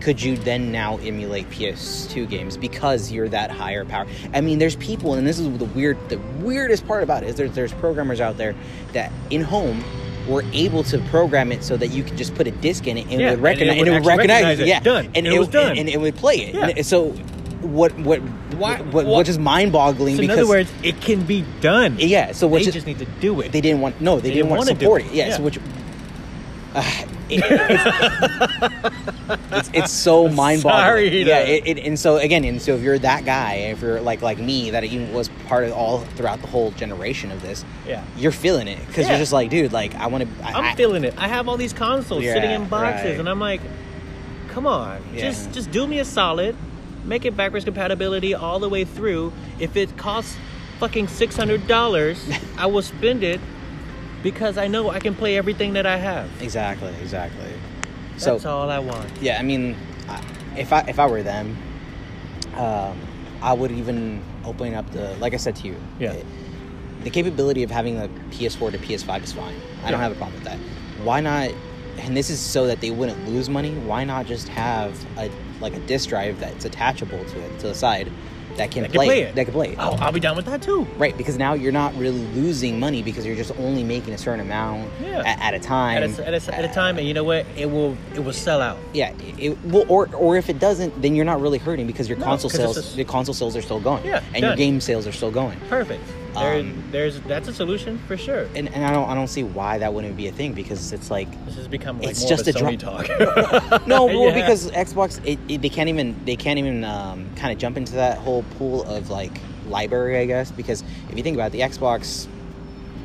could you then now emulate PS2 games because you're that higher power? I mean, there's people, and this is the weird, the weirdest part about it is there's there's programmers out there that in home were able to program it so that you could just put a disc in it and Yeah, it would recognize, and it would actually recognize, recognize it. yeah, Done. and It was would- done. and it would play it. Yeah. And it- so. What what Why- what, why- what is mind boggling? so in because other words it can be done yeah. So they what just need to do it they didn't want no they, didn't, want to wanna do support it. it, yes Yeah. which uh, it- it's, it's, it's so mind-boggling Sorry to- yeah it, it, and so again and so if you're that guy if you're like like me that even was part of all throughout the whole generation of this yeah you're feeling it because Yeah. you're just like dude like i want to I'm feeling it. I have all these consoles Yeah, sitting in boxes, right. and I'm like, come on, Yeah. just just do me a solid, make it backwards compatibility all the way through. If it costs fucking six hundred dollars, I will spend it because I know I can play everything that I have. exactly exactly so That's all I want. yeah i mean I, if i if i were them um i would even open up the like i said to you Yeah. the capability of having a PS4 to PS5 is fine. I don't Yeah. have a problem with that. Why not? And this is so that they wouldn't lose money. Why not just have a like a disk drive that's attachable to it to the side that can, That can play, play it. it. That can play it. Oh, I'll be done with that too. Right, because now you're not really losing money because you're just only making a certain amount Yeah. a- at, a time. At Uh, a, at, a, at a time, and you know what? It will it will sell out. yeah, it, well, or or if it doesn't, then you're not really hurting because your No, console 'cause it's sales, just- your console sales are still going, Yeah, done. and your game sales are still going. Perfect. There, Um, there's that's a solution for sure. And, and I don't I don't see why that wouldn't be a thing because it's like This has become like It's more just of a, a Sony drum- talk. no, well, Yeah. because Xbox, it, it, they can't even they can't even um, kind of jump into that whole pool of like library, I guess. Because if you think about it, the Xbox,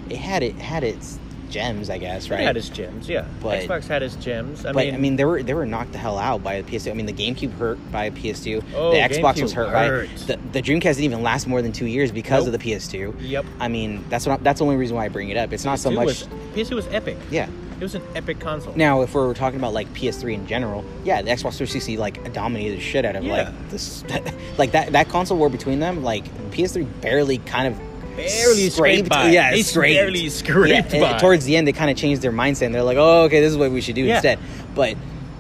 it had it had its gems, I guess, It right? had its gems, yeah. But- Xbox had its gems. I but mean, I mean, they were they were knocked the hell out by the PS2. I mean, the GameCube hurt by the PS2. Oh, the Xbox was GameCube hurt, hurt. by the, the Dreamcast didn't even last more than two years because Nope. of the PS2. yep. I mean, that's what I, that's the only reason why I bring it up. It's not so PS2 much, Was, PS2 was epic. yeah. It was an epic console. Now, if we're talking about like PS3 in general, yeah, the Xbox 360 like dominated the shit out of Yeah. like this, like that that console war between them. Like PS3 barely kind of barely scraped, Scraped? by. Yeah, they scraped. barely scraped yeah, and by. towards the end, they kind of changed their mindset. And they're like, "Oh, okay, this is what we should do Yeah. instead." But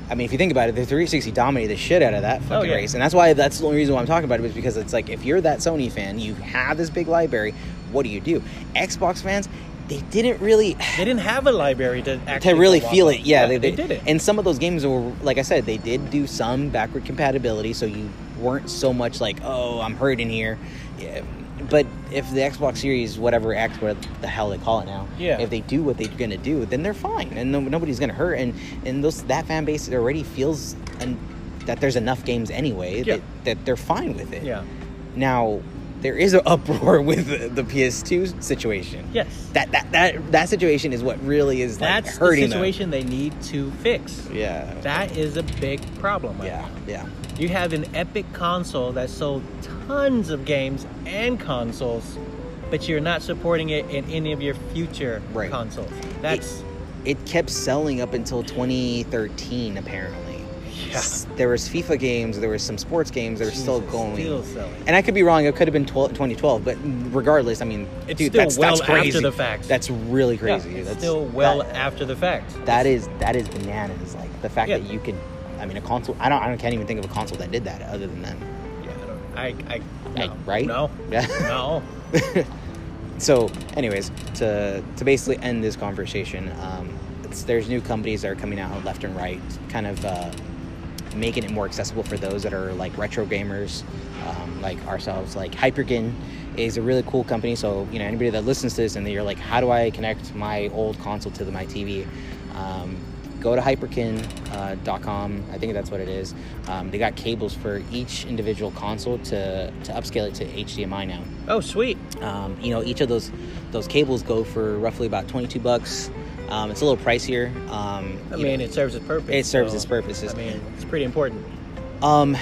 I mean, if you think about it, the 360 dominated the shit out of that fucking Oh, yeah. race, and that's why that's the only reason why I'm talking about it is because it's like if you're that Sony fan, you have this big library. What do you do? Xbox fans, they didn't really they didn't have a library to to actually really go off feel of. it. Yeah, they, did it. And some of those games were, like I said, they did do some backward compatibility, so you weren't so much like, oh, I'm hurting here. Yeah, But if the Xbox Series, whatever X, what the hell they call it now, Yeah. if they do what they're gonna do, then they're fine, and no, nobody's gonna hurt. And and those that fan base already feels and that there's enough games anyway Yeah. that, that they're fine with it. yeah. Now there is an uproar with the, the PS2 situation. Yes. That, that that that situation is what really is like That's the hurting them. situation they need to fix. Yeah. That is a big problem. Right yeah. now. Yeah. You have an epic console that sold tons of games and consoles, but you're not supporting it in any of your future Right. consoles. That's It kept selling up until 2013, apparently. Yeah. S- There was FIFA games. There was some sports games. that were still Jesus, going. Still selling. and I could be wrong. It could have been 12, 2012, but regardless, I mean, It's dude, still that's well that's crazy. after the fact. That's really Yeah, crazy. it's that's still well that- after the fact. that is that is bananas. Like the fact Yeah. that you could, I mean, a console. I don't. I can't even think of a console that did that other than them. Yeah, I, don't, I, I, Like, no. right? No, Yeah. no. so anyways to to basically end this conversation um, it's, there's new companies that are coming out left and right kind of uh, making it more accessible for those that are like retro gamers um, like ourselves like hyperkin is a really cool company so you know anybody that listens to this and you're like how do i connect my old console to the, my tv um, go to hyperkin.com i think that's what it is um, they got cables for each individual console to, to upscale it to hdmi now Oh, sweet. um, you know, each of those those cables go for roughly about twenty two bucks. Um, it's a little pricier. Um, I you mean, know, it serves its purpose. it serves so, its purposes. I mean, it's pretty important. Um,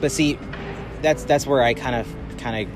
but see, that's that's where I kind of kind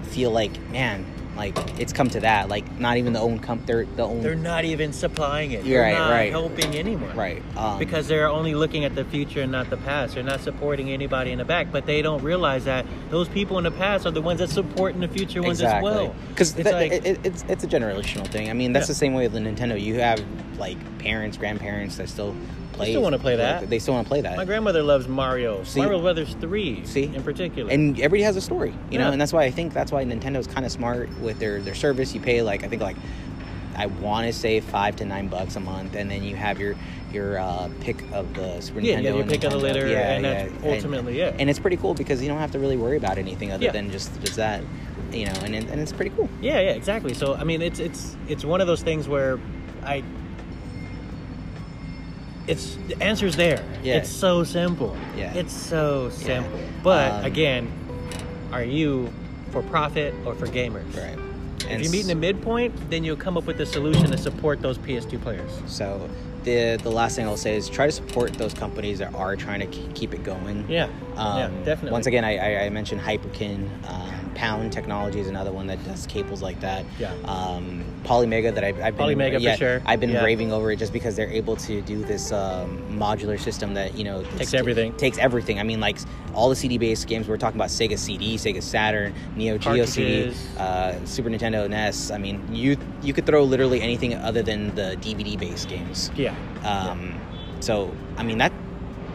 of feel like, man, like it's come to that. Like, not even the own comp, they're the own They're not even supplying it. You're They're right, not right. helping anyone. right um, Because they're only looking at the future and not the past. They're not supporting anybody in the back, but they don't realize that those people in the past are the ones that support in the future ones as well. Because it's that- like, it, it, it's it's a generational thing. I mean, that's Yeah. the same way with the Nintendo. You have like parents, grandparents that still play. still wanna play that. They still want to play that. my grandmother loves Mario. See- Mario Brothers Three, See? in particular. and everybody has a story you know Yeah. and that's why i think that's why nintendo's kind of smart with their their service you pay like i think like i want to say five to nine bucks a month and then you have your your uh, pick of the super yeah, nintendo yeah, you and pick up the Nintendo. litter, Yeah, and that's yeah, and- ultimately it. and, it's pretty cool because you don't have to really worry about anything other Yeah. than just just that you know and, it- and it's pretty cool Yeah, yeah, exactly. So I mean, it's it's it's one of those things where I it's the answer's there. Yeah. It's so simple. Yeah. It's so simple. But Um, again, are you for profit or for gamers? right If you meet in the midpoint, then you'll come up with a solution to support those PS2 players. so the the last thing i'll say is try to support those companies that are trying to ke- keep it going Yeah. Um, yeah, definitely. Once again, I, I, I mentioned Hyperkin. Um, Pound Technology is another one that does cables like that. Yeah. Um, Polymega that I've, I've been Polymega for yeah, sure. I've been Yeah. raving over it just because they're able to do this um, modular system that you know it's- Takes everything. Takes everything. I mean, like all the CD-based games we're talking about: Sega CD, Sega Saturn, Neo Geo CD, Cartridges. uh, Super Nintendo NES. I mean, you you could throw literally anything other than the DVD-based games. yeah. Um, So I mean that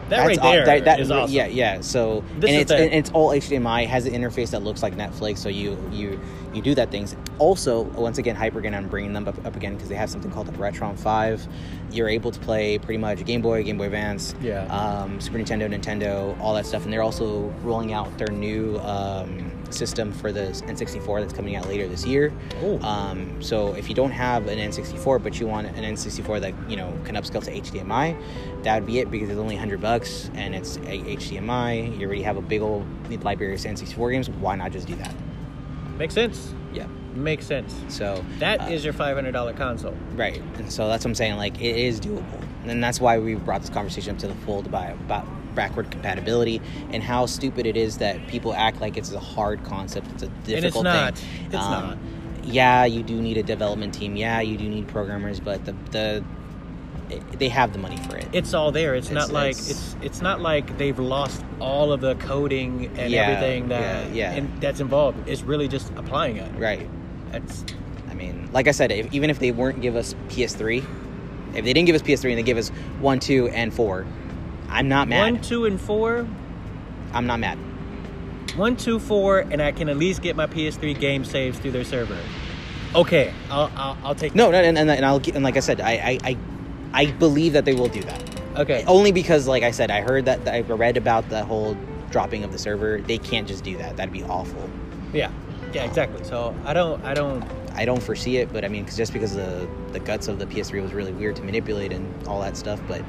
That right aw- there that- that- is awesome. Yeah, yeah. So and This is it's the- and it's all HDMI. Has an interface that looks like Netflix. So you you you do that things. Also, once again, Hypergen. I'm bringing them up, up again because they have something called the Retron Five. You're able to play pretty much Game Boy, Game Boy Advance, Yeah. um, Super Nintendo, Nintendo, all that stuff. And they're also rolling out their new um, system for the N64 that's coming out later this year. Ooh. Um, so if you don't have an N64, but you want an N64 that you know can upscale to HDMI, that would be it because it's only 100 bucks and it's a HDMI. You already have a big old library of N64 games. Why not just do that? Makes sense. Yeah. Makes sense. So That uh, is your five hundred dollar console. right. And so that's what I'm saying. Like it is doable, and that's why we brought this conversation up to the fold about about backward compatibility and how stupid it is that people act like it's a hard concept. It's a difficult not. thing. Um, It's not. Yeah, you do need a development team. Yeah, you do need programmers, but the the it, they have the money for it. it's all there. It's, not It's- like it's- it's it's not like they've lost all of the coding and Yeah, everything that yeah, yeah. And that's involved. It's really just applying it. right. That's I mean, like I said, if, even if they weren't give us PS3, if they didn't give us PS3 and they give us one, two, and four, I'm not mad. one, two, and four. I'm not mad. One, two, four, and I can at least get my PS3 game saves through their server. Okay, I'll I'll, I'll take No, no, and, and, and I'll and like I said, I, I, I, I believe that they will do that. Okay, Only because, like I said, I heard that I read about the whole dropping of the server. They can't just do that. That'd be awful. yeah, yeah, exactly. So I don't I don't I don't foresee it, but I mean, 'cause just because the the guts of the PS3 was really weird to manipulate and all that stuff, but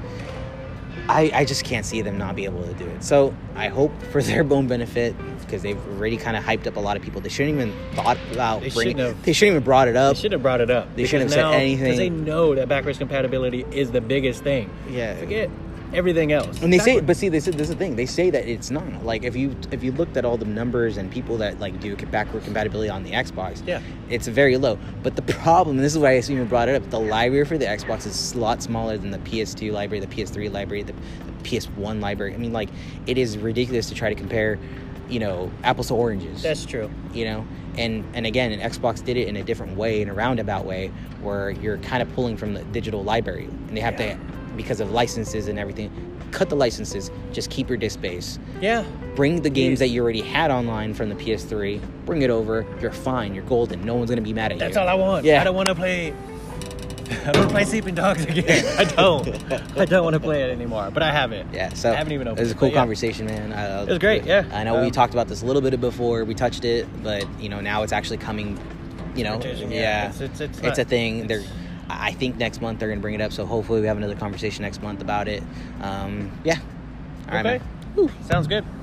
I I just can't see them not be able to do it. So I hope for their own benefit because they've already kind of hyped up a lot of people. They shouldn't even thought about They bringing. shouldn't have. They shouldn't even brought it I up. should have brought it up. Oh. They shouldn't because have said now- anything. they know that backwards compatibility is the biggest thing. Yeah. Forget everything else. And they say, Backward- but see, they said this is the thing. They say that it's not like if you if you looked at all the numbers and people that like do backward compatibility on the Xbox, Yeah. it's very low. But the problem, and this is why I even brought it up, the library for the Xbox is a lot smaller than the PS2 library, the PS3 library, the, the PS1 library. I mean, like it is ridiculous to try to compare, you know, apples to oranges that's true. you know and and again and xbox did it in a different way in a roundabout way where you're kind of pulling from the digital library and they have Yeah. to because of licenses and everything cut the licenses just keep your disk space Yeah, bring the games that you already had online from the ps3 bring it over you're fine you're golden no one's gonna be mad at That's you all I want. Yeah. I don't want to play. I don't play Sleeping Dogs again. I don't. I don't want to play it anymore. But I have it. yeah so I haven't even opened it was a it, cool but yeah. conversation man I, uh, It was great, yeah. i know we Um, talked about this a little bit before we touched it but you know now it's actually coming you know Yeah, It's, it's, it's, it's not- a thing. They're, it's- I I think next month they're gonna bring it up. So hopefully we have another conversation next month about it. Um, yeah. All right, Okay. man. Sounds good.